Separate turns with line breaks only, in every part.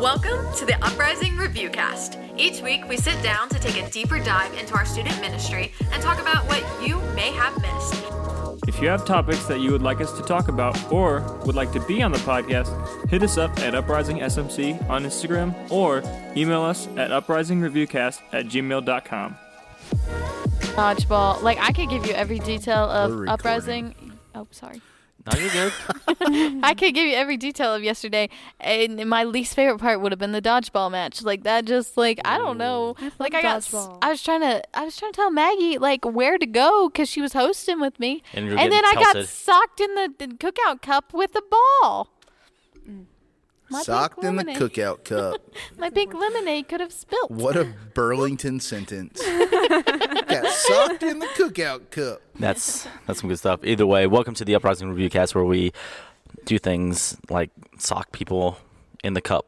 Welcome to the Uprising Review Cast. Each week, we sit down to take a deeper dive into our student ministry and talk about what you may have missed.
If you have topics that you would like us to talk about or would like to be on the podcast, hit us up at Uprising SMC on Instagram or email us at uprisingreviewcast at gmail.com.
Dodgeball. Like I could give you every detail
We're
of
recording.
uprising. Oh, sorry.
No, you're good.
I could give you every detail of yesterday, and my least favorite part would have been the dodgeball match. Like that, just like I don't know. like I got, s-
dodgeball.
I was trying to, I was trying to tell Maggie like where to go because she was hosting with me,
And you were
then
getting
I got
pelted.
socked in the, the cookout cup with a ball. My pink
Socked in the
lemonade-
cookout cup.
My pink lemonade could have spilt.
What a Burlington sentence. Got socked in the cookout cup.
That's that's some good stuff. Either way, welcome to the Uprising Review Cast, where we do things like sock people in the cup.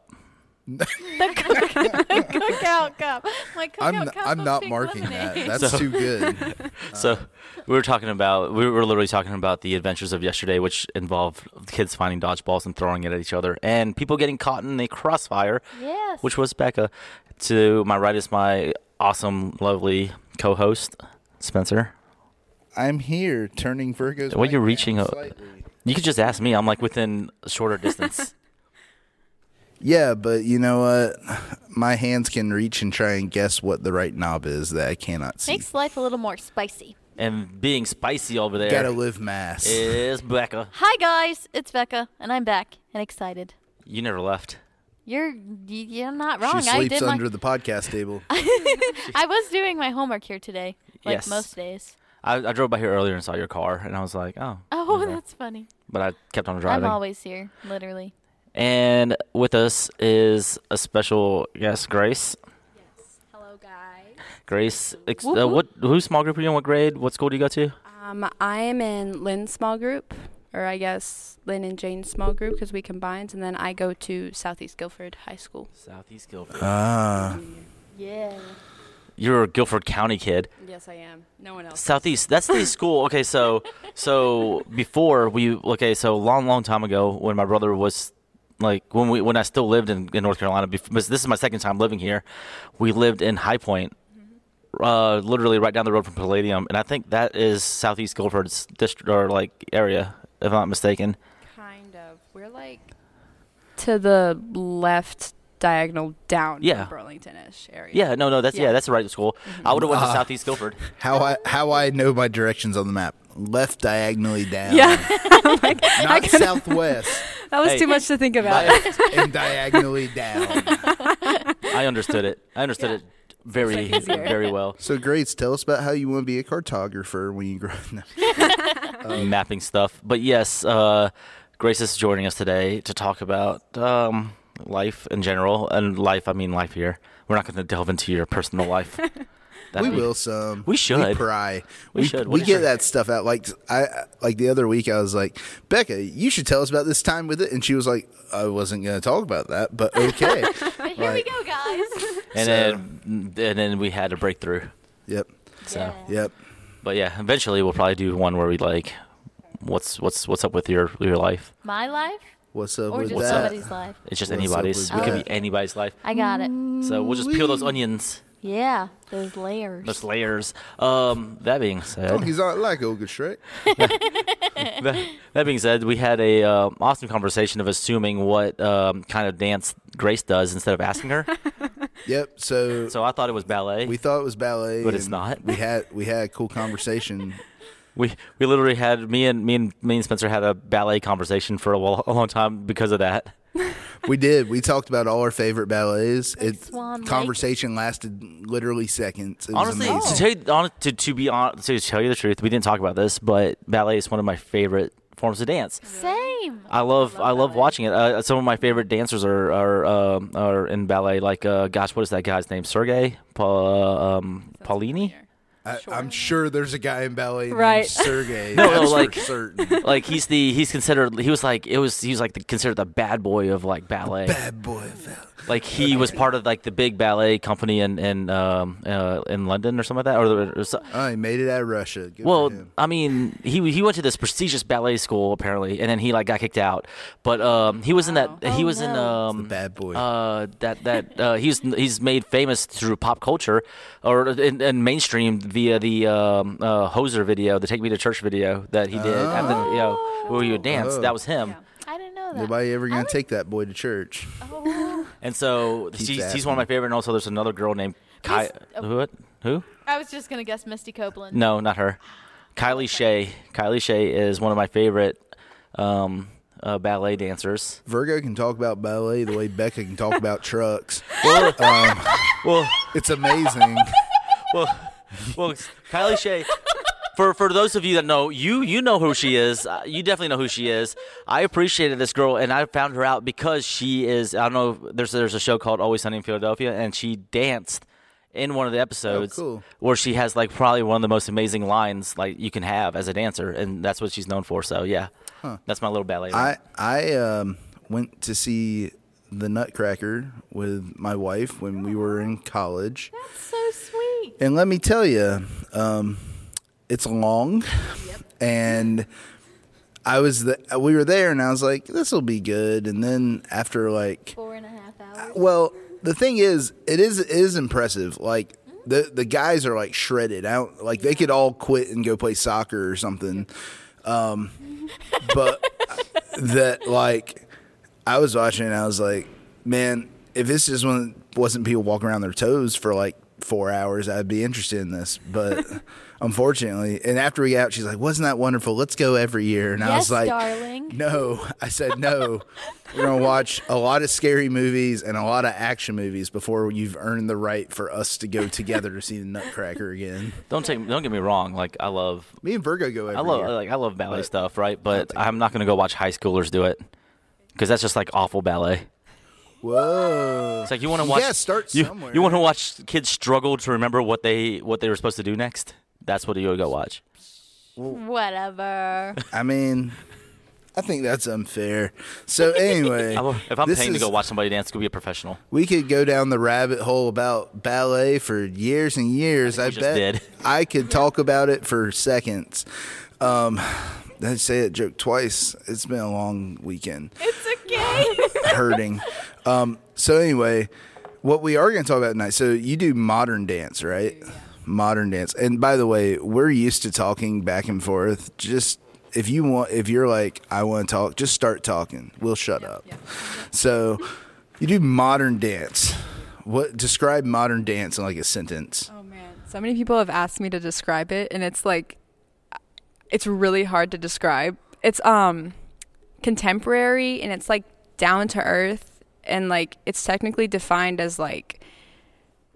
The, cook- the cookout cup. My cookout
I'm
cup.
I'm
of
not
pink
marking
lemonade.
that. That's
So-
too good.
So we were talking about we were literally talking about the adventures of yesterday, which involved kids finding dodgeballs and throwing it at each other, and people getting caught in a crossfire.
Yes.
Which was Becca. To my right is my awesome, lovely co-host Spencer.
I'm here turning Virgo's.
Well,
mic
you're
down
reaching a-
slightly.
You could just ask me. I'm like within a shorter distance.
Yeah, but you know what? My hands can reach and try and guess what the right knob is that I cannot see.
Makes life a little more spicy.
and being spicy over there is
Gotta live mass.
Becca.
Hi guys, it's Becca, and I'm back and excited.
You never left.
You're y- you're not wrong.
She
I
sleeps
did
under
my,
the podcast table.
I was doing my homework here today, like
Yes.
most days.
I, I drove by here earlier and saw your car, and I was like, oh.
Oh,
okay.
that's funny.
But I kept on driving.
I'm always here, literally.
and with us is a special guest, Grace.
Hello, guys.
Grace, ex-
Whoop,
uh, what?
whoop.
Who small group are you in? What grade? What school do you go to?
Um, I am in Lynn's small group, or I guess Lynn and Jane's small group because we combined, and then I go to Southeast Guilford High School.
Southeast Guilford.
Ah,
Yeah.
You're a Guilford County kid.
Yes, I am. No one else.
Southeast. That's the school. Okay, so so before we okay, so long long time ago when my brother was like when we when I still lived in, in North Carolina. Before, this is my second time living here. We lived in High Point,
Mm-hmm.
uh, literally right down the road from Palladium, and I think that is Southeast Guilford's district or like area, if I'm not mistaken.
Kind of. We're like to the left diagonal down
Yeah.
from Burlington-ish area.
Yeah, no, no, that's yeah,
Yeah. Mm-hmm. Uh,
that's the right school. I would have went to Southeast Guilford.
how I how I know my directions on the map? Left diagonally down.
Yeah. like, I
Not
couldn't-
southwest.
that was
Hey.
too much to think about.
left and diagonally down.
I understood it. I understood it very very well.
So, Grace, tell us about how you want to be a cartographer when you grow up. No.
mapping stuff. But yes, uh, Grace is joining us today to talk about um, life in general, and life I mean life here. We're not going to delve into your personal life.
We
That'd be-
will some.
We
We
should.
pry.
We should.
We
What is
get
it?
that stuff out. Like I, like the other week, I was like, Becca, you should tell us about this time with it, and she was like, I wasn't going to talk about that, but okay.
But here
Right.
we go, guys.
So-
And then and then we had a breakthrough.
yep.
So,
Yep.
but yeah, eventually we'll probably do one where we like, what's what's what's up with your your life?
My life
What's up
or
with
just
that?
somebody's life.
It's just
What's up
anybody's.
with
We could
that? Mm,
be anybody's life.
I got it.
So we'll just peel those onions,
Yeah, those layers.
those layers. Um, that being
Oh,
said,
he's not like Olga Shrek.
that, that being said, we had a uh, awesome conversation of assuming what um, kind of dance Grace does instead of asking her.
Yep. So,
so I thought it was ballet.
we
We,
thought it was ballet,
But it's
and
not.
We had we had a cool conversation.
we literally had me and me and me and Spencer had a ballet conversation for a, while, a long time because of that.
we did. We talked about all our favorite ballets. It
Swan Lake.
conversation lasted literally seconds. It was
Honestly,
amazing.
to tell you hon- to, to be on to tell you the truth, we didn't talk about this, but ballet is one of my favorite forms of dance.
Same.
I love I love watching it. Uh, some of my favorite dancers are are um are in ballet. Like uh, gosh, what is that guy's name? Sergei pa- um, Paulini.
I, I'm sure there's a guy in ballet named
Right.
Sergey.
No, no,
That's
like-
for certain.
like he's the he's considered he was like it was he was like the, considered the bad boy of like ballet.
Bad boy. of ballet.
like he was part of like the big ballet company in in um, uh, in London or something like that, or, the- or so-
Oh, he made it out of Russia. Good for
well,
him.
I mean, he he went to this prestigious ballet school apparently, and then he like got kicked out. But um, he was in that he was in um,
bad boy.
Uh, that that uh, he's he's made famous through pop culture, or in, in mainstream via the um, uh, Hoser video, the "Take Me to Church" video that he did. After, you know, where you dance.
Oh.
That was him.
I didn't know that.
Nobody ever gonna take that boy to church.
And so she's, she's
asking.
one of my favorite. And also, there's another girl named Ky-
Miss- oh.
who? Who?
I was just gonna guess Misty Copeland.
No, not her. Kylie Shay. Kylie Shay is one of my favorite um, uh, ballet dancers.
Virgo can talk about ballet the way Becca can talk about trucks.
Well, well,
It's amazing.
well, well, Kylie Shay. For for those of you that know, you you know who she is. Uh, You definitely know who she is. I appreciated this girl, and I found her out because she is. I don't know. There's there's a show called Always Sunny in Philadelphia, and she danced in one of the episodes
cool.
where she has like probably one of the most amazing lines like you can have as a dancer, and that's what she's known for. So yeah, that's my little ballet.
I I um, went to see the Nutcracker with my wife when we were in college,
That's so sweet.
and let me tell you, um, it's long, and I was the, we were there, and I was like, this will be good, and then after like
Four and a half hours.
Well, the thing is, it is it is impressive. Like the the guys are like shredded out. Like they could all quit and go play soccer or something. Um, but that like I was watching, and I was like, man, if this just wasn't, wasn't people walking around their toes for like four hours, I'd be interested in this. But unfortunately, and after we got out, she's like, wasn't that wonderful? Let's go every year. And I was
Yes,
like,
darling.
no. I said, no. We're going to watch a lot of scary movies and a lot of action movies before you've earned the right for us to go together to see the Nutcracker again.
don't take don't get me wrong. Like I love
Me and Virgo go every
I love
year.
like I love ballet stuff, right? But I'm not gonna go watch high schoolers do it because that's just like awful ballet.
Whoa.
It's like you want to watch.
Yeah, start
you,
somewhere.
You want to watch kids struggle to remember what they what they were supposed to do next. That's what you would go watch.
Whatever.
I mean, I think that's unfair. So anyway,
I will- If I'm
this
paying
is-
to go watch somebody dance, go be a professional.
we could go down the rabbit hole about ballet for years and years. I, bet
we just did.
I could talk about it for seconds. Um, I say it joke twice. It's been a long weekend.
it's okay.
hurting. Um, so anyway, what we are going to talk about tonight. So you do modern dance, right? Modern dance. And by the way, we're used to talking back and forth. Just if you want, if you're like, I want to talk, just start talking. We'll shut up. So you do modern dance. What describe modern dance in like a sentence?
Oh man, so many people have asked me to describe it, and it's like, it's really hard to describe. It's um, contemporary, and it's like down to earth, and like it's technically defined as like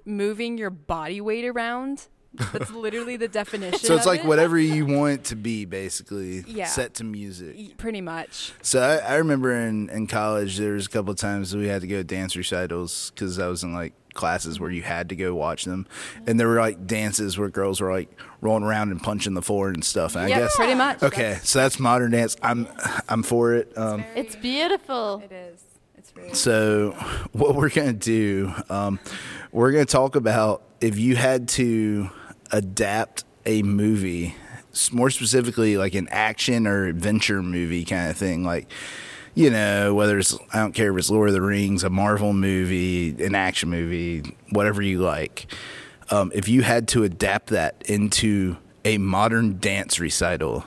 moving your body weight around. That's literally the definition.
So it's
of
like
it.
whatever you want it to be, basically.
Yeah.
Set to music.
Pretty much.
So I, I remember in, in college, there was a couple of times we had to go to dance recitals because I was in like classes where you had to go watch them, and there were like dances where girls were like rolling around and punching the floor and stuff. And
Yeah,
I guess
pretty much.
Okay, so that's modern dance. I'm I'm for it. Um,
it's beautiful.
It is. It's really.
so what we're gonna do, um, we're gonna talk about if you had to adapt a movie, s- more specifically like an action or adventure movie kind of thing, like. You know, whether it's, I don't care if it's Lord of the Rings, a Marvel movie, an action movie, whatever you like. Um, if you had to adapt that into a modern dance recital,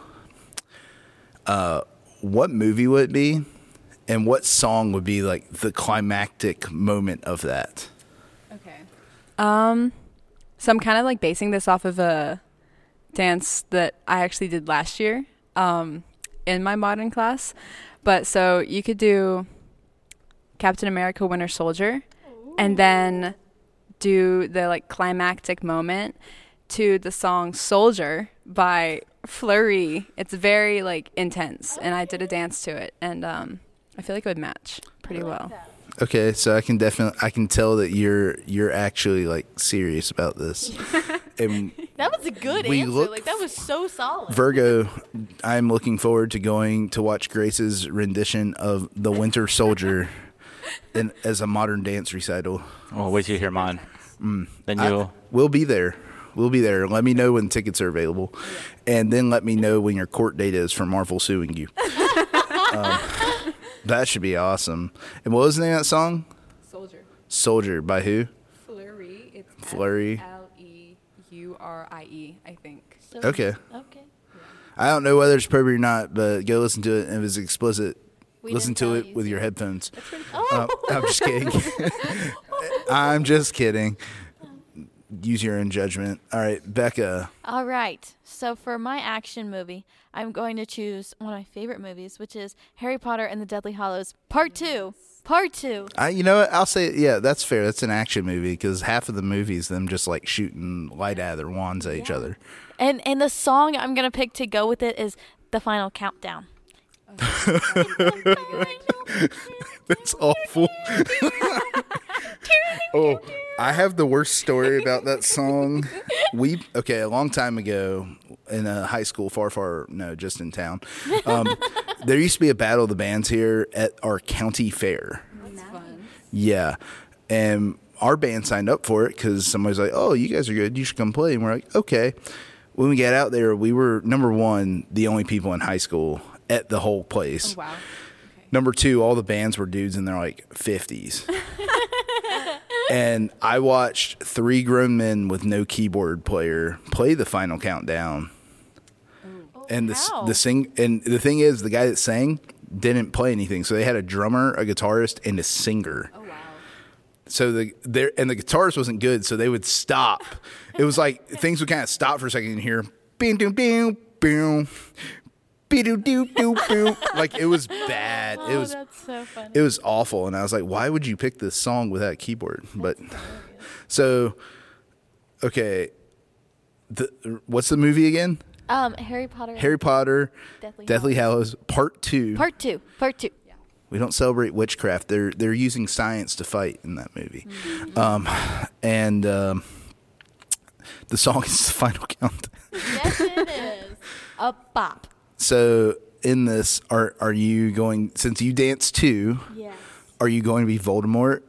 uh, what movie would it be and what song would be like the climactic moment of that
Okay. Um, so I'm kind of like basing this off of a dance that I actually did last year um, in my modern class. But so you could do Captain America Winter Soldier and then do the like climactic moment to the song Soldier by Flurry. It's very like intense and I did a dance to it and um, I feel like it would match pretty well.
okay so i can definitely i can tell that you're you're actually like serious about this and
That was a good
We
answer.
look
like that was so solid.
virgo i'm looking forward to going to watch grace's rendition of the winter soldier in, as a modern dance recital.
Oh, wait till you hear mine. Then
Mm. I-
you'll.
we'll be there. We'll be there. Let me know when tickets are available, and then let me know when your court date is for Marvel suing you. um, that should be awesome. And what was the name of that song?
Soldier.
Soldier by who?
Flurry. It's
Fleury.
L E U R I E, I think.
Mm.
Okay.
Okay.
I don't know whether it's appropriate or not, but go listen to it. And if it's explicit,
We
listen
didn't
to
tell
it
you
with
to.
your headphones.
Oh.
Uh, I'm just kidding. I'm just kidding. Use your own judgment. All right, Becca.
All right. So for my action movie, I'm going to choose one of my favorite movies, which is Harry Potter and the Deadly Hollows Part 2. Part 2.
I, you know what? I'll say, yeah, that's fair. That's an action movie because half of the movie is them just like shooting light out of their wands at each other.
And and the song I'm going to pick to go with it is The Final Countdown.
Oh, That's awful. oh, I have the worst story about that song. We okay, a long time ago in a high school, far, far no, just in town. Um, there used to be a battle of the bands here at our county fair. Yeah. And our band signed up for it because somebody's like, oh, you guys are good. You should come play. And we're like, okay. When we got out there, we were number one, the only people in high school at the whole place.
Wow.
Number two, all the bands were dudes in their like 50s. and I watched three grown men with no keyboard player play the final countdown. And the, s-
Wow.
the sing and the thing is the guy that sang didn't play anything. So they had a drummer, a guitarist, and a singer so the there and the guitarist wasn't good, so they would stop. It was like things would kind of stop for a second and hear bing doo doo boom doo doo doo boom. Like it was bad.
Oh,
It was
so funny.
it was awful, and I was like, why would you pick this song without a keyboard? But so okay, the, what's the movie again?
Um Harry Potter
Harry Potter,
Deathly
Deathly Hallows, Part Two.
Part 2. Part 2.
We don't celebrate witchcraft. They're they're using science to fight in that movie,
Mm-hmm.
um, and um, the song is the final count.
Yes it is. A bop.
So in this, are are you going since you dance too?
Yes.
Are you going to be Voldemort?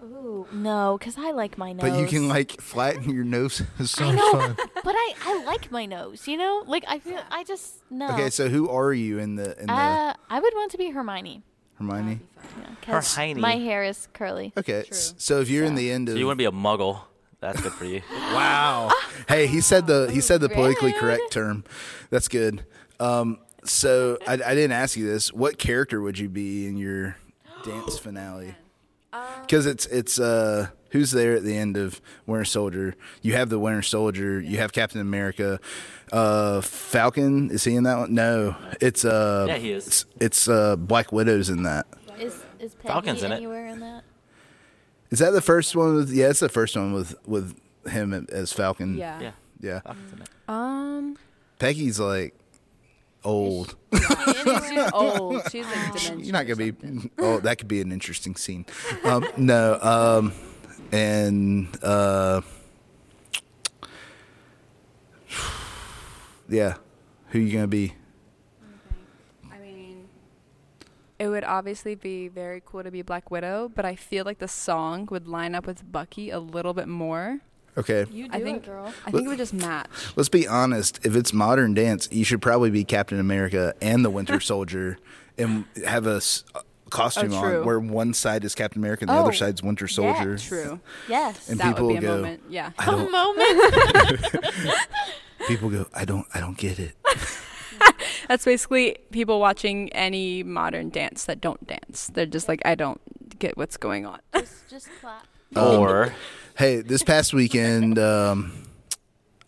Ooh, no, cuz I like my nose.
But you can like flatten your nose. It's so
I know,
fun.
but I, I like my nose, you know? Like I feel I just no.
Okay, so who are you in the in the
uh, I would want to be Hermione.
Hermione?
Yeah, 'cause
Hermione.
My hair is curly.
Okay, s- so if you're in the end of
So you want to be a muggle? That's good for you.
Wow. Hey, he said the he said the politically correct term. That's good. Um, so I, I didn't ask you this. What character would you be in your dance finale? Because it's it's uh, who's there at the end of Winter Soldier? You have the Winter Soldier. You have Captain America. Uh, Falcon is he in that one? No, it's uh,
Yeah, he is.
It's, it's uh, Black Widow's in that.
Is is Peggy
Falcon's in it.
anywhere in that?
Is that the first one? With, yeah, it's the first one with with him as Falcon.
Yeah.
Yeah.
yeah.
Falcon's in it.
Um,
Peggy's like old.
she's old. She's like
You're
dementia.
not gonna be. Oh, that could be an interesting scene. Um, no, um, and uh, yeah, who you gonna be?
I mean, it would obviously be very cool to be Black Widow, but I feel like the song would line up with Bucky a little bit more.
Okay,
You
I think I think it would just match.
let's be honest. If it's modern dance, you should probably be Captain America and the Winter Soldier, and have a s- uh, costume
Oh, true.
on where one side is Captain America and the
Oh,
other side's Winter Soldier.
True.
Yes.
And
that
people
would be a
go,
moment. Yeah.
I
a
don't.
moment.
People go, I don't. I don't get it.
That's basically people watching any modern dance that don't dance. They're just like, I don't get what's going on.
just, just clap.
Oh.
Or
Hey, this past weekend, um,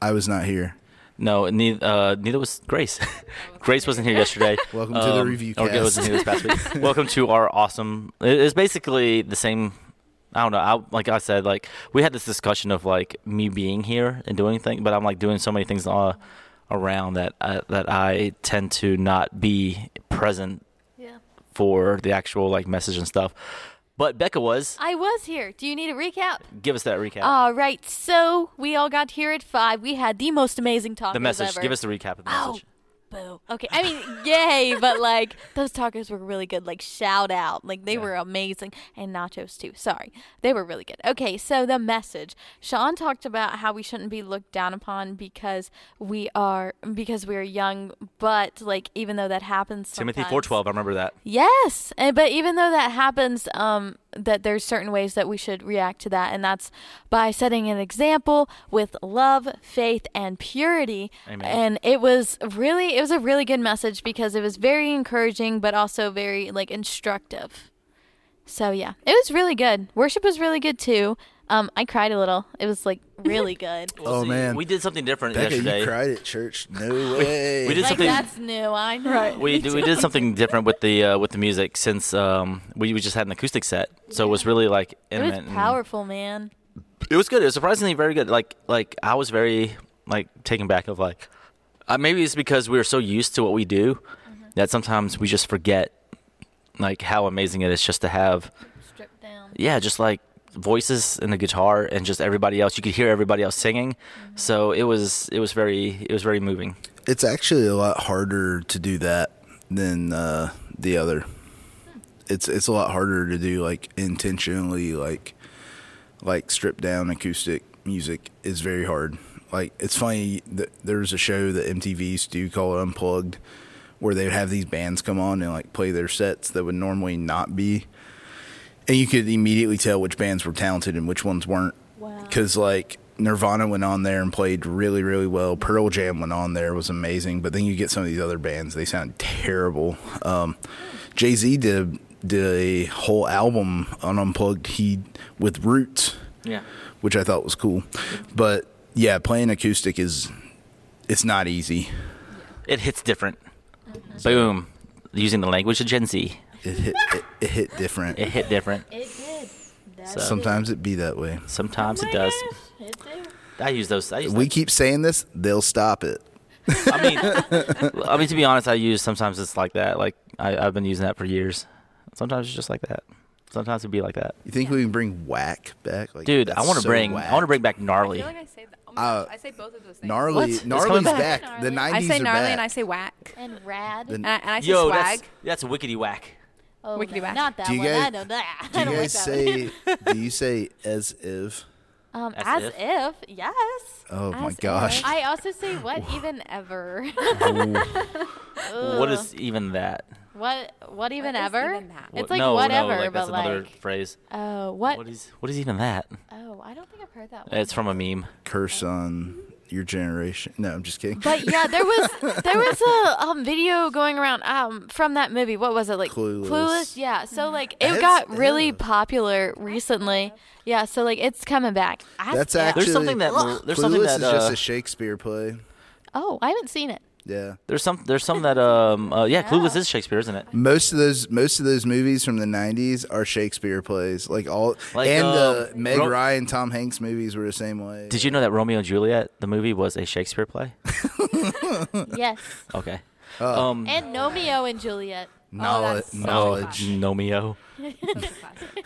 I was not here.
no, neither, uh, neither was Grace. Grace wasn't here yesterday. Um,
Welcome to the review
Or Grace wasn't here this past week. Welcome to our awesome. it- It's basically the same. I don't know. I, like I said, like we had this discussion of like me being here and doing things, but I'm like doing so many things uh, around that uh, that I tend to not be present
Yeah.
for the actual like message and stuff. But Becca was.
I was here. Do you need a recap?
Give us that recap.
All right. So we all got here at five. We had the most amazing tacos
the message.
ever.
Give us the recap of the
Oh,
message.
Boo. Okay, I mean, yay, but like those tacos were really good. Like shout out, like they were amazing, and nachos too. Sorry, they were really good. Okay, so the message. Sean talked about how we shouldn't be looked down upon because we are because we are young, but like even though that happens,
Timothy
sometimes-
four twelve. I remember that.
Yes, and, but even though that happens, um, that there's certain ways that we should react to that, and that's by setting an example with love, faith, and purity.
Amen.
And it was really, it was a really good message because it was very encouraging, but also very like instructive. So yeah, it was really good. Worship was really good too. Um, I cried a little. It was like really good.
Oh, man.
we did something different
Becca,
yesterday.
you cried at church. No way.
we did
like
something.
that's new. I know. Right.
we do, we did something different with the uh, with the music since um, we, we just had an acoustic set, so it was really like
It
intimate.
was
and-
powerful, man.
it was good. It was surprisingly very good. Like like I was very like taken back of like uh, maybe it's because we are so used to what we do
Mm-hmm.
that sometimes we just forget like how amazing it is just to have
Stripped down.
yeah just like voices and the guitar and just everybody else you could hear everybody else singing
Mm-hmm.
so it was it was very it was very moving
It's actually a lot harder to do that than uh, the other. It's it's a lot harder to do like intentionally like like stripped down acoustic music is very hard. Like it's funny that there's a show that MTV used to do called Unplugged, where they would have these bands come on and like play their sets that would normally not be, and you could immediately tell which bands were talented and which ones weren't.
Wow.
Because like Nirvana went on there and played really really well. Pearl Jam went on there was amazing, but then you get some of these other bands they sound terrible. Um, Jay Z did did a whole album on Unplugged he with Roots
yeah
which I thought was cool. But yeah, playing acoustic is it's not easy.
it hits different
Mm-hmm.
boom using the language of gen z
It hit it, it hit different.
it hit different
It did. Oh That's
So-
Sometimes it be that way.
sometimes it does
It did.
i use those i use
We keep saying this, they'll stop it.
I mean, I mean to be honest, I use sometimes it's like that. Like I, I've been using that for years. Sometimes it's just like that. Sometimes it'd be like that,
You think we can bring whack back? Like,
dude. I
that's
want to
so
bring.
whack.
I want to bring back gnarly.
I say that. Oh
Uh, gosh, I
say both of those things.
gnarly.
What?
Gnarly's
coming
back.
back.
The
Gnarly.
nineties
I say
are
gnarly
back.
and I say whack.
And rad.
The-
And I, and I say
Yo,
swag.
that's that's wickety whack.
oh,
Wickety
no,
whack.
Not that
Do you
one.
guys-
I know that.
do
I
you
don't like
guys
that one.
say? do you say as if?
um, as,
As
if.
if?
Yes.
Oh my
As
gosh!
if. I also say what even ever.
What is even that?
what what even
is
ever?
even that?
It's
What-
like
no,
whatever,
no, like,
but
that's another
like
phrase.
oh what?
What is what is even that?
oh, I don't think I've heard that one.
It's from a meme.
Curse on your generation. No, I'm just kidding.
But yeah, there was there was a um, video going around um, from that movie. What was it like?
Clueless.
Yeah.
Mm-hmm.
So like it
That's-
got really
yeah.
popular recently. Yeah. So like it's coming back. As
That's
if.
actually
There's something that there's something
Clueless
that
is just
uh,
a Shakespeare play.
Oh, I haven't seen it.
Yeah.
there's some there's some that um uh, yeah, Clueless is Shakespeare, isn't it?
Most of those most of those movies from the '90s are Shakespeare plays, like all
Like,
and the
um,
Meg
Ro-
Ryan, Tom Hanks movies were the same way.
Did you know that Romeo and Juliet, the movie, was a Shakespeare play?
Yes.
Okay.
Oh.
um,
And
Mm.
Romeo and Juliet.
Knowledge,
that's so
knowledge.
classic.
Oh, Nomeo.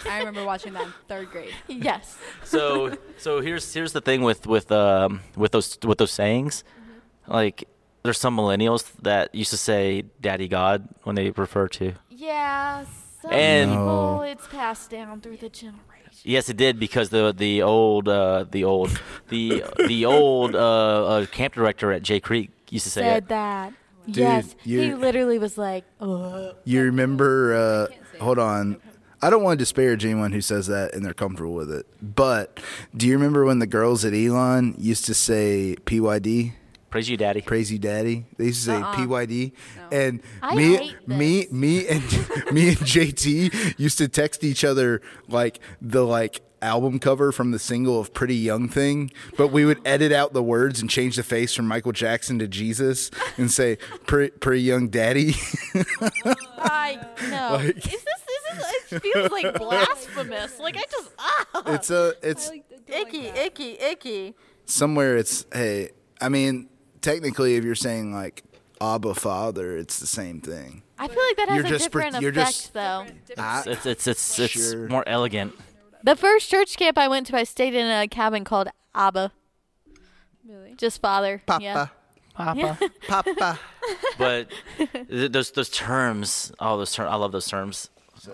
I remember watching that in third grade.
Yes.
so so here's here's the thing with with um with those with those sayings like there's some millennials that used to say daddy god when they refer to
Yeah. Some
And-
people, it's passed down through the generation.
yes it did because the the old uh the old the the old uh, uh camp director at jay creek used to say
Said
it.
that. yes. He
you're-
literally was like, "Oh, "Ugh."
You remember? Uh, hold on. I don't want to disparage anyone who says that and they're comfortable with it, but do you remember when the girls at Elon used to say PYD,
praise you daddy
praise you daddy? They used to say PYD, and
Uh-uh. I
me,
hate
me,
this.
me, and me and JT used to text each other like the like album cover from the single of Pretty Young Thing, but we would edit out the words and change the face from Michael Jackson to Jesus and say Pre- Pretty Young Daddy.
I know.
Like-
is this, is this, it feels like blasphemous. Like, I just, ah.
It's a it's
Icky, icky, icky.
somewhere it's hey i mean technically if you're saying like abba father it's the same thing Ah,
I feel like that has
You're
a
just pre-
different
you're
effect,
just-
though.
I-
it's it's it's, it's
Sure.
more elegant
The first church camp I went to, I stayed in a cabin called Abba. Really? Just father.
papa
Yeah.
papa papa
but th- those those terms, oh, those terms, I love those terms
So,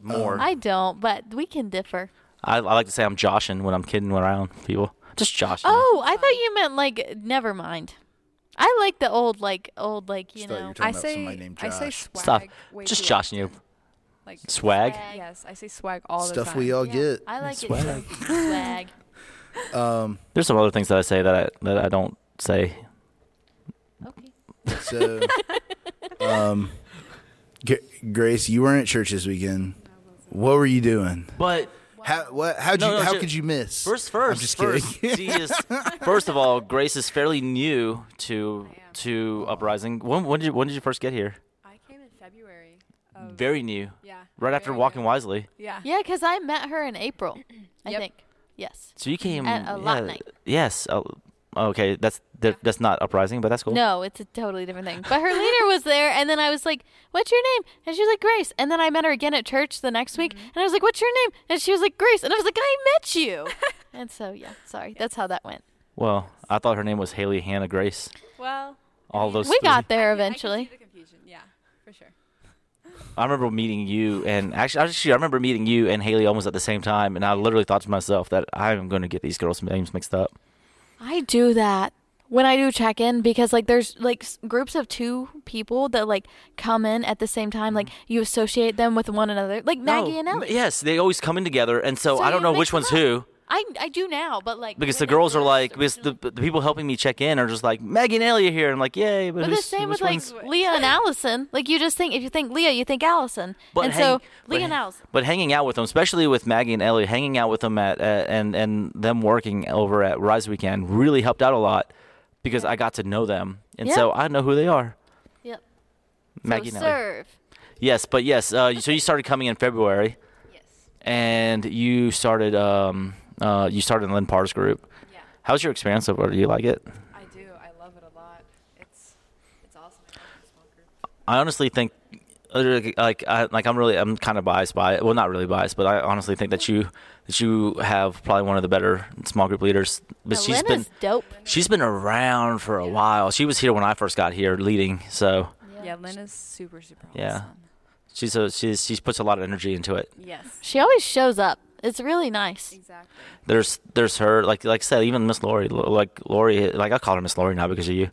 more.
I don't, but we can differ.
I, I like to say I'm joshing when I'm kidding around people. Just joshing.
Oh, I thought you meant like never mind. I like the old like old like you
thought you
know
were talking
I
about somebody
say
named
I say
Josh.
swag.
Stop.
way
Just
too
joshing you.
much. Like
Swag.
Swag.
yes, I say swag all the time.
stuff we all
Yeah,
get.
I like
Swag.
it too. swag.
Um,
There's some other things that I say that I, that I don't say.
Okay.
so, um, G- Grace, you weren't at church this weekend. What were you doing?
But
How what? How'd you?
No, no,
how
ju-
could you miss?
first,
I'm
first,
just
first,
kidding.
she is, first of all, Grace is fairly new to to uprising. When, when did you, when did you first get here?
I came in February.
Very new.
Oh, Yeah.
Right after
very
walking
new.
wisely.
Yeah.
Yeah, because I met her in April. I
Yep.
think. Yes.
So you came
At a lot
yeah,
night.
Yes. Oh, okay. That's that, that's not uprising, but that's cool.
No, it's a totally different thing. But her leader was there, and then I was like, "What's your name?" And she was like, "Grace." And then I met her again at church the next week, and I was like, "What's your name?" And she was like, "Grace." And I was like, "I met you." and so yeah, sorry, that's how that went.
Well, I thought her name was Haley Hannah Grace.
Well,
All those.
we
three.
got there eventually.
Yeah, for sure.
I remember meeting you, and actually, actually, I remember meeting you and Haley almost at the same time, and I literally thought to myself that I'm going to get these girls' names mixed up.
I do that when I do check in because like there's like s- groups of two people that like come in at the same time. Like you associate them with one another, like Maggie
Mm-hmm. No,
and Ellie.
Yes, they always come in together, and so,
So
I don't
you
know
mix
which
them
one's
up.
who.
I I do now, but like
Because
when
the
I
girls are
first
like, because the,
originally-
the people helping me check in are just like, Maggie and Ellie are here. And I'm like, yay. But,
But the
who's,
same with
which
like
one's-
Leah and Allison. Like you just think if you think Leah, you think Allison. and so
but
Leah and
hang-
Allison.
But hanging out with them, especially with Maggie and Ellie, hanging out with them at, at and and them working over at Rise Weekend really helped out a lot because I got to know them, and so I know who they are.
Yep.
Maggie
so
and Ellie.
serve.
Yes, but yes. Uh, so you started coming in February,
Yes.
and you started um uh you started in Lynn Parr's group.
Yeah.
How's your experience so far? Do you like it?
I do. I love it a lot. It's it's awesome. I love the small group.
I honestly think, like, like, I, like I'm really, I'm kind of biased by it. Well, not really biased, but I honestly think that you, that you have probably one of the better small group leaders. But she's
Elena's
been,
dope.
she's been around for a while. She was here when I first got here leading, so
Yeah.
Yeah. Lynn is super super
Yeah.
awesome.
she's a, she's, she's puts a lot of energy into it.
Yes.
She always shows up. It's really nice.
Exactly.
There's, there's her, like, like I said, even Miss Lori, l- like Lori, like I call her Miss Lori now because of you,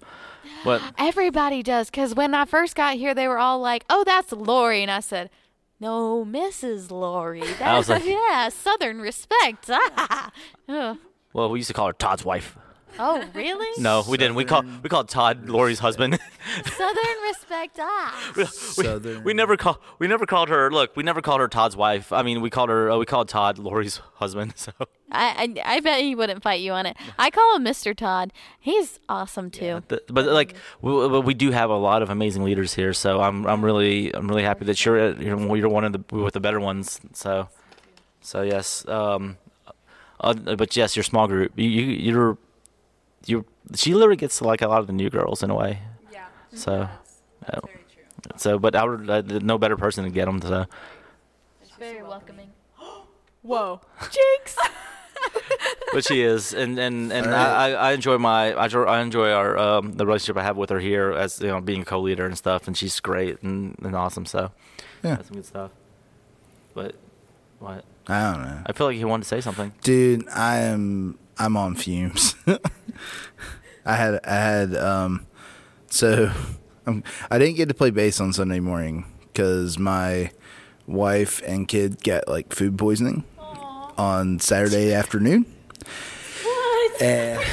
but
Everybody does because when I first got here, they were all like, "Oh, that's Lori," and I said, "No, Mrs. Lori. That's
was like-
yeah, Southern respect." Ah. Ugh.
well, we used to call her Todd's wife.
oh, really?
No, we didn't. We call, we called Todd Lori's husband.
Southern respect. Ah.
we,
Southern.
we never call we never called her look we never called her Todd's wife I mean we called her uh, we called Todd Lori's husband so
I, I I bet he wouldn't fight you on it. I call him Mr. Todd. He's awesome too.
Th- but like we, but we do have a lot of amazing leaders here so I'm I'm really I'm really happy that you're you're you're one of the with the better ones so so yes um uh, but yes your small group you, you you're you she literally gets to like a lot of the new girls in a way
Yeah.
so uh,
That's very true.
so but I would uh, no better person to get them so
Very welcoming.
Whoa.
Jinx.
but she is, and and and I, I I enjoy my I enjoy, I enjoy our um, the relationship I have with her here as you know being a co-leader and stuff, and she's great and, and awesome. So
Yeah.
that's some good stuff. But what
I don't know,
I feel like he wanted to say something.
dude. I am. I'm on fumes. I had. I had. Um. So, I'm, I didn't get to play bass on Sunday morning because my wife and kid got like food poisoning on Saturday afternoon. Eh,
What?
And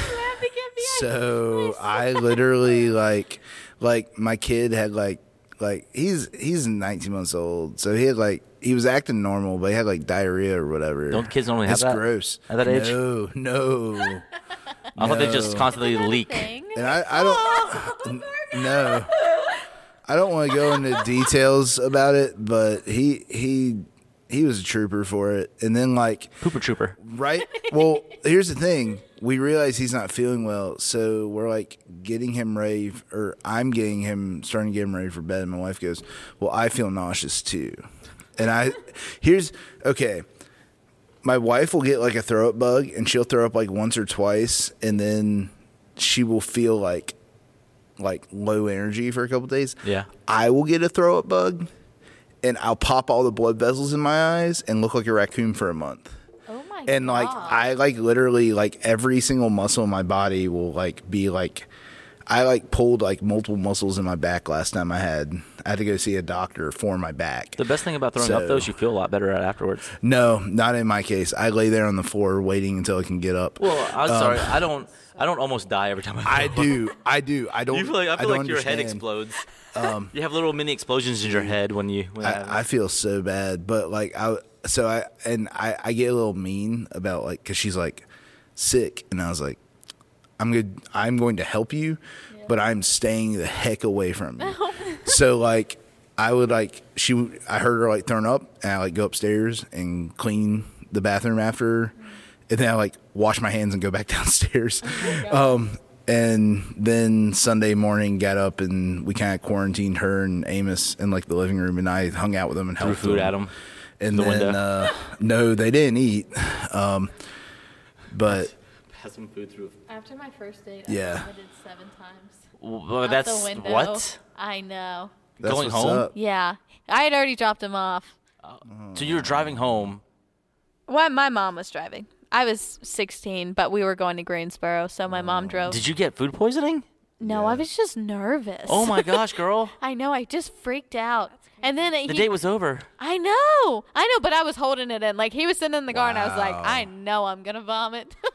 so I literally like like my kid had like like he's he's 19 months old, so he had like he was acting normal, but he had like diarrhea or whatever.
Don't kids normally have
it's
that
gross
at that age?
No, no.
I thought they just
No.
constantly leak.
And I, I don't n- no. I don't want to go into details about it, but he he he was a trooper for it. And then like
Pooper trooper.
Right. Well, here's the thing. We realize he's not feeling well, so we're like getting him ready, f- or I'm getting him starting to get him ready for bed. And my wife goes, "Well, I feel nauseous too." And I, here's okay. My wife will get like a throw up bug, and she'll throw up like once or twice, and then she will feel like like low energy for a couple days,
Yeah.
I will get a throw up bug, and I'll pop all the blood vessels in my eyes and look like a raccoon for a month.
Oh my
And like I like literally like every single muscle in my body will like be like I like pulled like multiple muscles in my back last time I had I had to go see a doctor for my back.
The best thing about throwing up
So-
though is you feel a lot better at afterwards.
No, not in my case. I lay there on the floor waiting until I can get up.
Well, I'm sorry. I don't. I don't almost die every time I.
um, I
throw up.
do. I do. I don't.
You feel like I feel
don't
like your head
understand. Um,
explodes. you have little mini explosions in your head when you. When that
I, I feel so bad, but like I so I and I I get a little mean about like because she's like sick, and I was like, I'm good. I'm going to help you, but I'm staying the heck away from you. so like I would like she would- I heard her like thrown up, and I like go upstairs and clean the bathroom after, her, and then I like wash my hands and go back downstairs. um, and then Sunday morning got up and we kind of quarantined her and Amos in like the living room, and I hung out with them and
Threw
helped
food
them.
at 'em
And
the
then
window.
uh, no, they didn't eat, um, but.
Pass some food through.
After my first date,
I Yeah.
vomited seven times.
Well, that's what.
I know.
That's
Going
what's
home?
up.
Yeah, I had already dropped him off.
So you're
Hmm.
driving home.
Why? My mom was driving. I was 16, but we were going to Greensboro, so my mom drove.
Did you get food poisoning?
Oh, no, I was just nervous.
Oh my gosh, girl!
I know. I just freaked out. And then he,
The date was over.
I know, I know, but I was holding it in. Like he was sitting in the car, and I was like,
Wow.
I know I'm gonna vomit.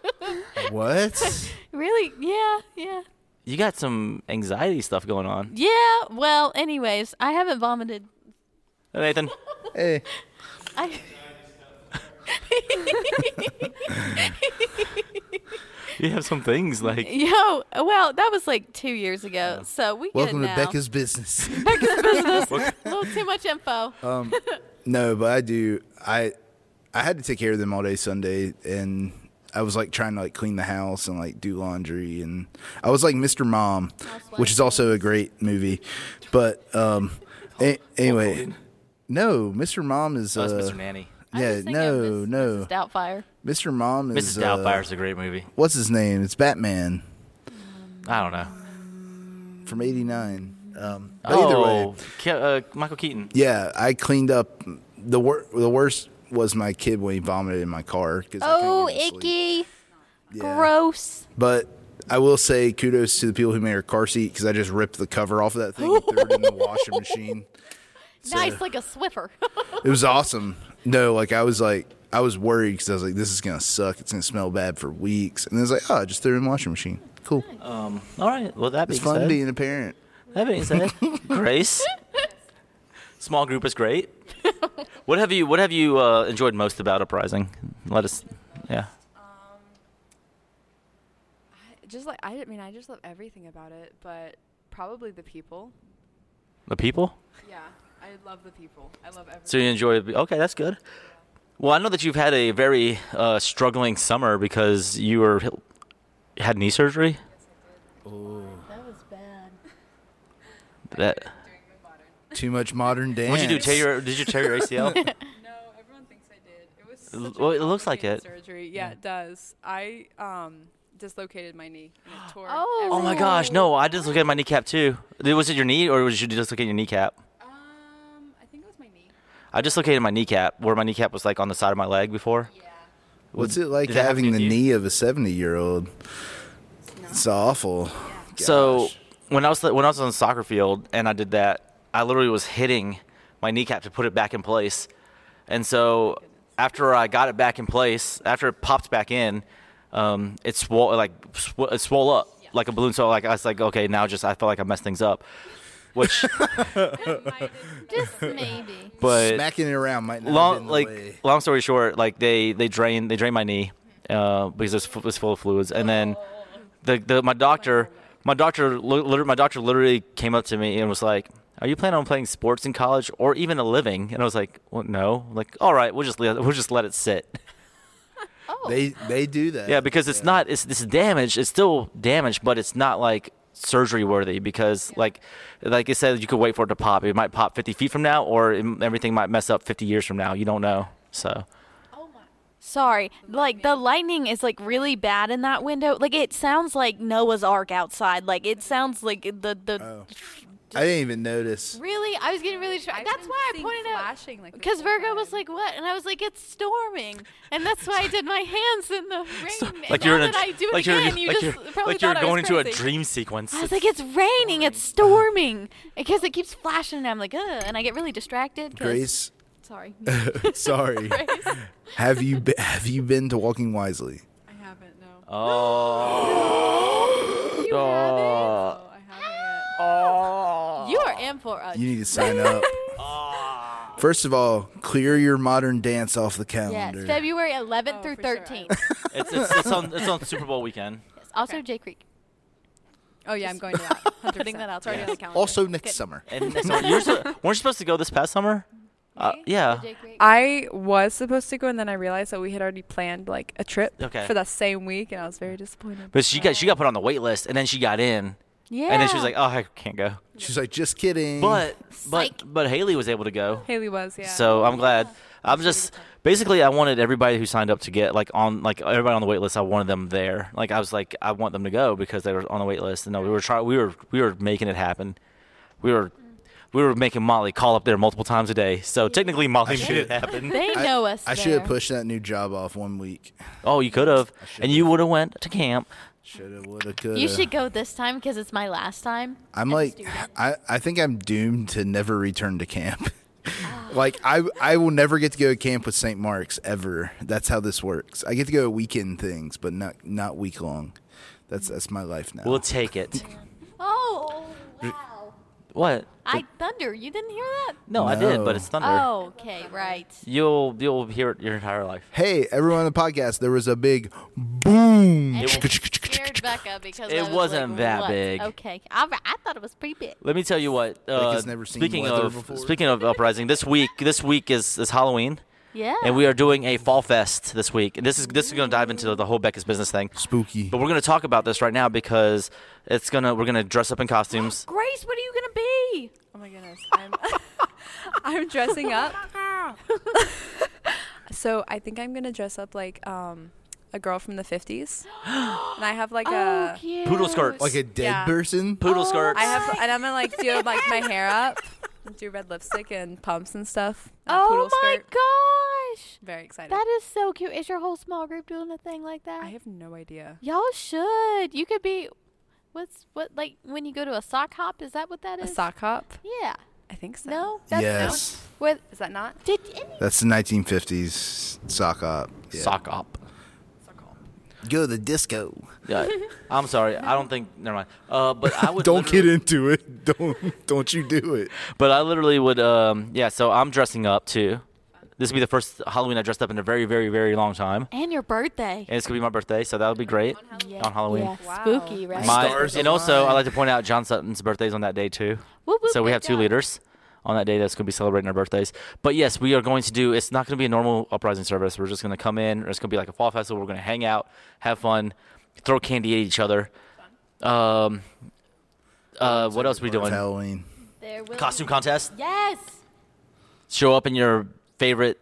What?
really? Yeah, yeah,
You got some anxiety stuff going on,
yeah. Well, anyways, I haven't vomited.
Nathan.
hey,
I
You have some things like
yo, well, that was like two years ago, so we
welcome
good
to
now.
Becca's business.
A little too much info.
No, but I do. I I had to take care of them all day Sunday, and I was like trying to like clean the house and like do laundry, and I was like Mr. Mom, which is also a great movie. But um, a- anyway, no, Mr. Mom is uh,
Us, Mr. Nanny.
I
yeah,
was thinking of
no,
Miss-
no,
Mrs. Doubtfire.
Mr. Mom is
Mrs.
uh,
Doubtfire's a great movie.
What's his name? It's Batman
I don't know.
from '89. Um, but
oh,
either way,
Ke- uh, Michael Keaton.
Yeah, I cleaned up. The wor- the worst was my kid when he vomited in my car. 'cause I couldn't
Oh,
get him to sleep.
icky,
Yeah.
gross.
But I will say kudos to the people who made her car seat because I just ripped the cover off of that thing and threw it in the washing machine.
uh,
So,
Nice, like a Swiffer.
It was awesome. No, like I was like I was worried because I was like, this is gonna suck. It's gonna smell bad for weeks. And then it's like, oh, I just threw it in the washing machine. Cool.
All right. Well, that
It's
being
fun
said,
being a parent.
that being said, Grace, small group is great. What have you What have you uh, enjoyed most about Uprising? Let us. Yeah.
Just like I mean, I just love everything about it, but probably the people.
The people.
Yeah, I love the people. I love everything.
So you enjoy it. Okay, that's good. Well, I know that you've had a very uh, struggling summer because you were had knee surgery.
that was bad.
That
Too much modern dance.
what'd you do? Tear your did you tear your ACL?
No, everyone thinks I did. It was.
L-
Such a
well, it looks like
complicated
it.
Surgery. Yeah, it does. I um dislocated my knee. And it tore
Oh.
oh my
everything.
gosh, no! I dislocated my kneecap too. Was it your knee or was you dislocate your kneecap?
Um, I think it was my knee.
I dislocated my kneecap where my kneecap was like on the side of my leg before.
What's it like
Did it happen
having
to
the
you?
knee of a seventy year old? It's awful.
So
Gosh.
when I was when I was on the soccer field and I did that, I literally was hitting my kneecap to put it back in place. And so after I got it back in place, after it popped back in, um, it swole like sw- it swole up like a balloon. So like I was like, okay, now just I felt like I messed things up, which
Just maybe.
but
smacking it around might not have
long
been
like
the way.
long story short, like they they drained they drained my knee uh, because it was, fu- it was full of fluids, and then the, the my doctor my doctor li- liter- my doctor literally came up to me and was like. Are you planning on playing sports in college or even a living? And I was like, well, no. Like, all right, we'll just let, we'll just let it sit.
Oh,
they they do that.
Yeah, because it's not it's this damage. It's still damage, but it's not like surgery worthy because like like it said, you could wait for it to pop. It might pop 50 feet from now, or it, everything might mess up 50 years from now. You don't know. So
oh my. Sorry, like the lightning is like really bad in that window. Like it sounds like Noah's Ark outside. Like it sounds like the the.
Oh.
Oh. I didn't even notice.
Really, I was getting really distracted. That's why I pointed out
flashing, like
because Virgo was like, "What?" and I was like, "It's storming," and that's why I did my hands in the rain. And
Like you're
now
in a
that I do it
like you're
again, you
like
just
you're
probably
like you're
thought I was
going into a
crazy.
dream sequence.
I was like, "It's raining. It's storming," because it keeps flashing, and I'm like, "Ugh," and I get really distracted. 'cause-
Grace,
sorry.
sorry. have you been, have you been to Walking Wisely?
I haven't. No.
Uh, oh. oh.
I haven't
You are in for a
You need to sign up.
Ah.
First of all, clear your modern dance off the
yes,
calendar.
February 11th through
Oh, for sure.
13th.
It's, it's, it's on it's on Super Bowl weekend.
Yes, Also, Jay Creek.
yet. Oh yeah, I'm going to that. 100%.
Putting that out. It's already on the calendar.
also next summer.
And next summer, you're, su- weren't you supposed to go this past summer? Uh, yeah.
Jay Creek.
I was supposed to go, and then I realized that we had already planned like a trip
Okay.
for that same week, and I was very disappointed.
But she got she got put on the wait list, and then she got in,
Yeah.
and then she was like, "Oh, I can't go."
She's like, just kidding.
But
Psych.
but but Haley was able to go,
Haley was, yeah.
so I'm glad. I'm just basically I wanted everybody who signed up to get like on like everybody on the wait list. I wanted them there. Like I was like I want them to go because they were on the wait list, and no, we were trying. We were we were making it happen. We were we were making Molly call up there multiple times a day. So technically Molly made it happen.
they know us.
I should have
there.
pushed that new job off one week.
Oh, you could have, and you would have went to camp.
Should have, would have, could
You should go this time because it's my last time.
I'm like, I, I think I'm doomed to never return to camp.
Ah.
like I, I will never get to go to camp with St. Mark's ever. That's how this works. I get to go to weekend things, but not not week long. That's that's my life now.
We'll take it.
Oh, wow.
What?
I thunder. You didn't hear that?
No, I did,
No.
but it's thunder.
Oh, okay, right.
You'll you'll hear it your entire life.
hey, everyone on the podcast, there was a big boom.
And it scared Becca because
It
I was
wasn't
like,
that
"What?"
big.
Okay, I, I thought it was pretty big.
Let me tell you what. Uh,
has never seen
speaking
weather
of
before.
speaking of uprising, this week this week is is Halloween,
Yeah.
and we are doing a fall fest this week. And this is this is going to dive into the whole Becca's business thing.
Spooky.
But we're going to talk about this right now because it's gonna we're going to dress up in costumes.
Grace, what are you gonna be?
oh my goodness, I'm, I'm dressing up. so I think I'm gonna dress up like um, a girl from the 50s, and I have like a.
Oh, cute.
Poodle skirts,
like a dead
Yeah.
person.
poodle skirts.
Oh, I have, and I'm gonna like do like my hair up, do red lipstick and pumps and stuff. and a
Oh
poodle
my
skirt.
gosh,
Very excited.
that is so cute. Is your whole small group doing a thing like that?
I have no idea.
Y'all should. You could be. What's what like when you go to a sock hop? Is that what that
A
is?
sock hop?
Yeah.
I think so.
No.
yes,
With
Is that not?
did any
that's the 1950s sock up. Yeah.
sock up.
Go to the disco.
Yeah, I'm sorry. I don't think. Never mind. Uh, but I would
Don't
literally-
get into it. Don't don't you do it.
But I literally would, um, yeah. So I'm dressing up too. This will be the first Halloween I dressed up in a very, very, very long time,
and your birthday.
and it's gonna be my birthday, so that would be great.
Yeah.
on Halloween.
Yeah.
Wow.
Spooky, right?
My,
Stars
and also,
align.
I like to point out John Sutton's birthday is on that day too.
Whoop, whoop,
so we
good
have two
job.
leaders on that day that's going to be celebrating our birthdays. But yes, we are going to do. It's not going to be a normal uprising service. We're just going to come in. It's going to be like a fall festival. We're going to hang out, have fun, throw candy at each other. Um, uh, what else are we
It's
doing?
Halloween.
There will
Costume contest.
Yes.
Show up in your favorite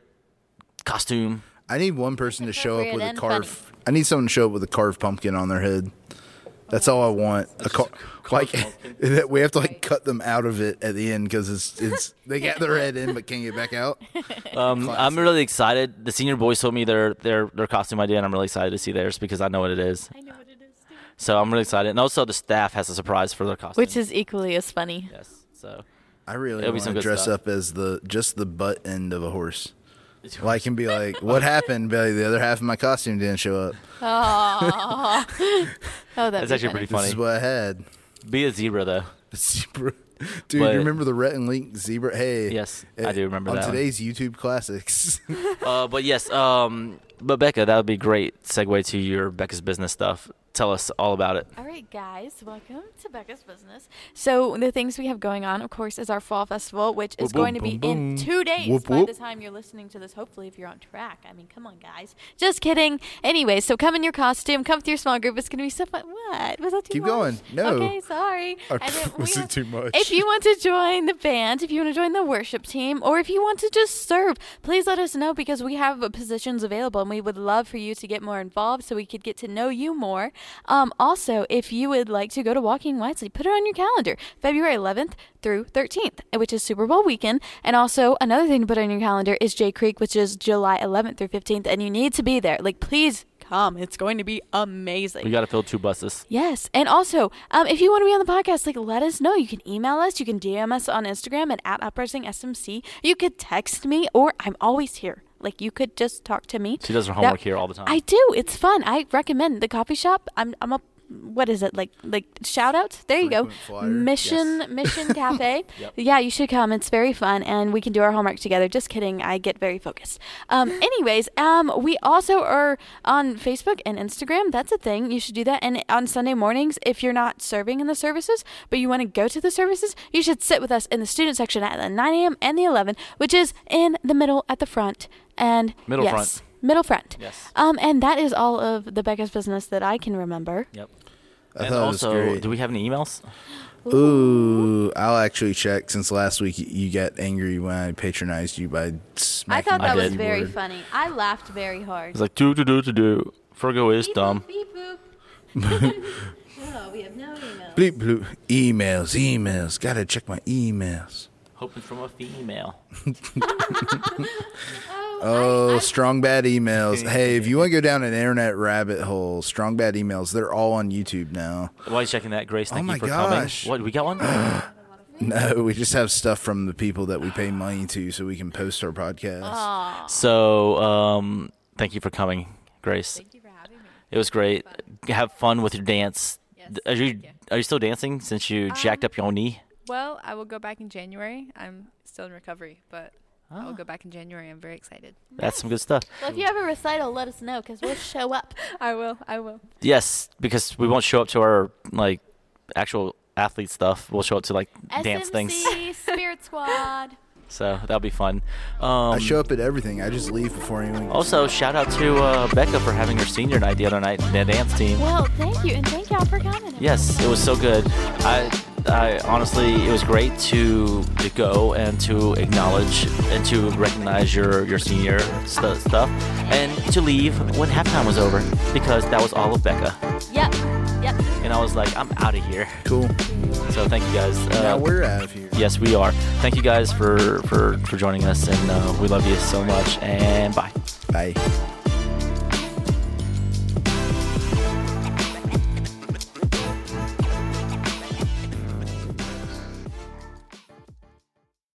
costume.
I need one person to show up
appropriate
with a
and
carved. I need someone to show up with a carved pumpkin on their head. That's all I want. A car, like that we have to like cut them out of it at the end because it's it's they got their head in but can't get back out.
Um, I'm really excited. The senior boys told me their their their costume idea, and I'm really excited to see theirs because I know what it is.
I know what it is. Too.
So I'm really excited, and also the staff has a surprise for their costume.
Which is equally as funny.
yes, so
I really
It'll be
want
some
to
good
dress
stuff.
up as the just the butt end of a horse. Like and be like, what happened? But the other half of my costume didn't show up.
Aw. oh,
that's actually pretty
This
funny.
is what I had.
Be a zebra though.
Zebra. Dude,
But-
you remember the Rhett and Link zebra? Hey,
Yes,
eh,
I do remember
on
that one.
today's YouTube classics.
Uh, but yes, um, but Becca, that would be great segue to your Becca's business stuff. tell us all about it.
All right, guys, welcome to Becca's Business. So, the things we have going on, of course, is our Fall Festival, which is
Whoop,
going to
whoop,
be
boom,
in
boom.
two days
Whoop,
by
whoop.
the time you're listening to this. Hopefully, if you're on track. I mean, come on, guys. Just kidding. Anyway, so come in your costume, come with your small group. It's going to be so fun. What? Was that too
Keep
much?
going. No.
Okay, sorry.
Or
And then
was
we-
it too much?
If you want to join the band, if you want to join the worship team, or if you want to just serve, please let us know because we have uh, positions available and we would love for you to get more involved so we could get to know you more. Um, also, if you would like to go to Walking Wisely, put it on your calendar February 11th through 13th, which is Super Bowl weekend. And also, another thing to put on your calendar is Jay Creek, which is July 11th through 15th, and you need to be there. Like, please come. It's going to be amazing.
We got to fill two buses.
Yes. And also, um, if you want to be on the podcast, like let us know. You can email us, you can DM us on Instagram at, at uprising SMC. You could text me or I'm always here. Like you could just talk to me.
She does her
That-
homework here all the time.
I do. It's fun. I recommend the coffee shop. I'm I'm a what is it like like shout outs there you go
Frequent flyer.
mission mission cafe yeah you should come it's very fun and we can do our homework together just kidding i get very focused um anyways um we also are on facebook and instagram that's a thing you should do that and on sunday mornings if you're not serving in the services but you want to go to the services you should sit with us in the student section at the 9 a.m and the 11 which is in the middle at the front and
Middle
yes,
front.
middle front
Yes.
um, and that is all of the Becca's business that I can remember.
Yep.
I
and
thought it was
also,
great.
do we have any emails?
Ooh, I'll actually check since last week y- you got angry when I patronized you by smacking
I thought
I
that
the
was
did.
very
keyboard.
funny. I laughed very hard.
It's like do do do do do. Fergo is dumb.
Beep boop. oh, we have no email.
Bleep bloop. Emails, emails. Gotta check my emails.
Hoping from a female.
Oh, strong bad emails. Hey, if you want to go down an internet rabbit hole, strong bad emails. They're all on YouTube now.
Why are you checking that, Grace? Thank
Oh my
you for
gosh.
coming. What we got one?
No, we just have stuff from the people that we pay money to, so we can post our podcast.
So, um, thank you for coming, Grace. Thank you for having me. It was great. Have fun with your dance. Are you Um, are you still dancing since you jacked up your knee?
Well, I will go back in January. I'm still in recovery, but I will go back in January. I'm very excited.
That's some good stuff.
Well, if you have a recital, let us know because we'll show up.
I will. I will.
Yes, because we won't show up to our like actual athlete stuff. We'll show up to like dance things.
SMC Spirit Squad.
So that'll be fun. Um,
I show up at everything. I just leave before anyone. gets-
also, shout out to uh, Becca for having her senior night the other night in the dance team.
Well, thank you and thank y'all for coming.
Yes, it was so good. I, I honestly, it was great to to go and to acknowledge and to recognize your your senior stu stuff, and to leave when halftime was over because that was all of Becca,
Yep. Yep.
and I was like, I'm out of here.
Cool.
So thank you guys.
now
Uh,
we're out of here.
yes, we are. Thank you guys for for for joining us, and uh, we love you so much. And bye.
Bye.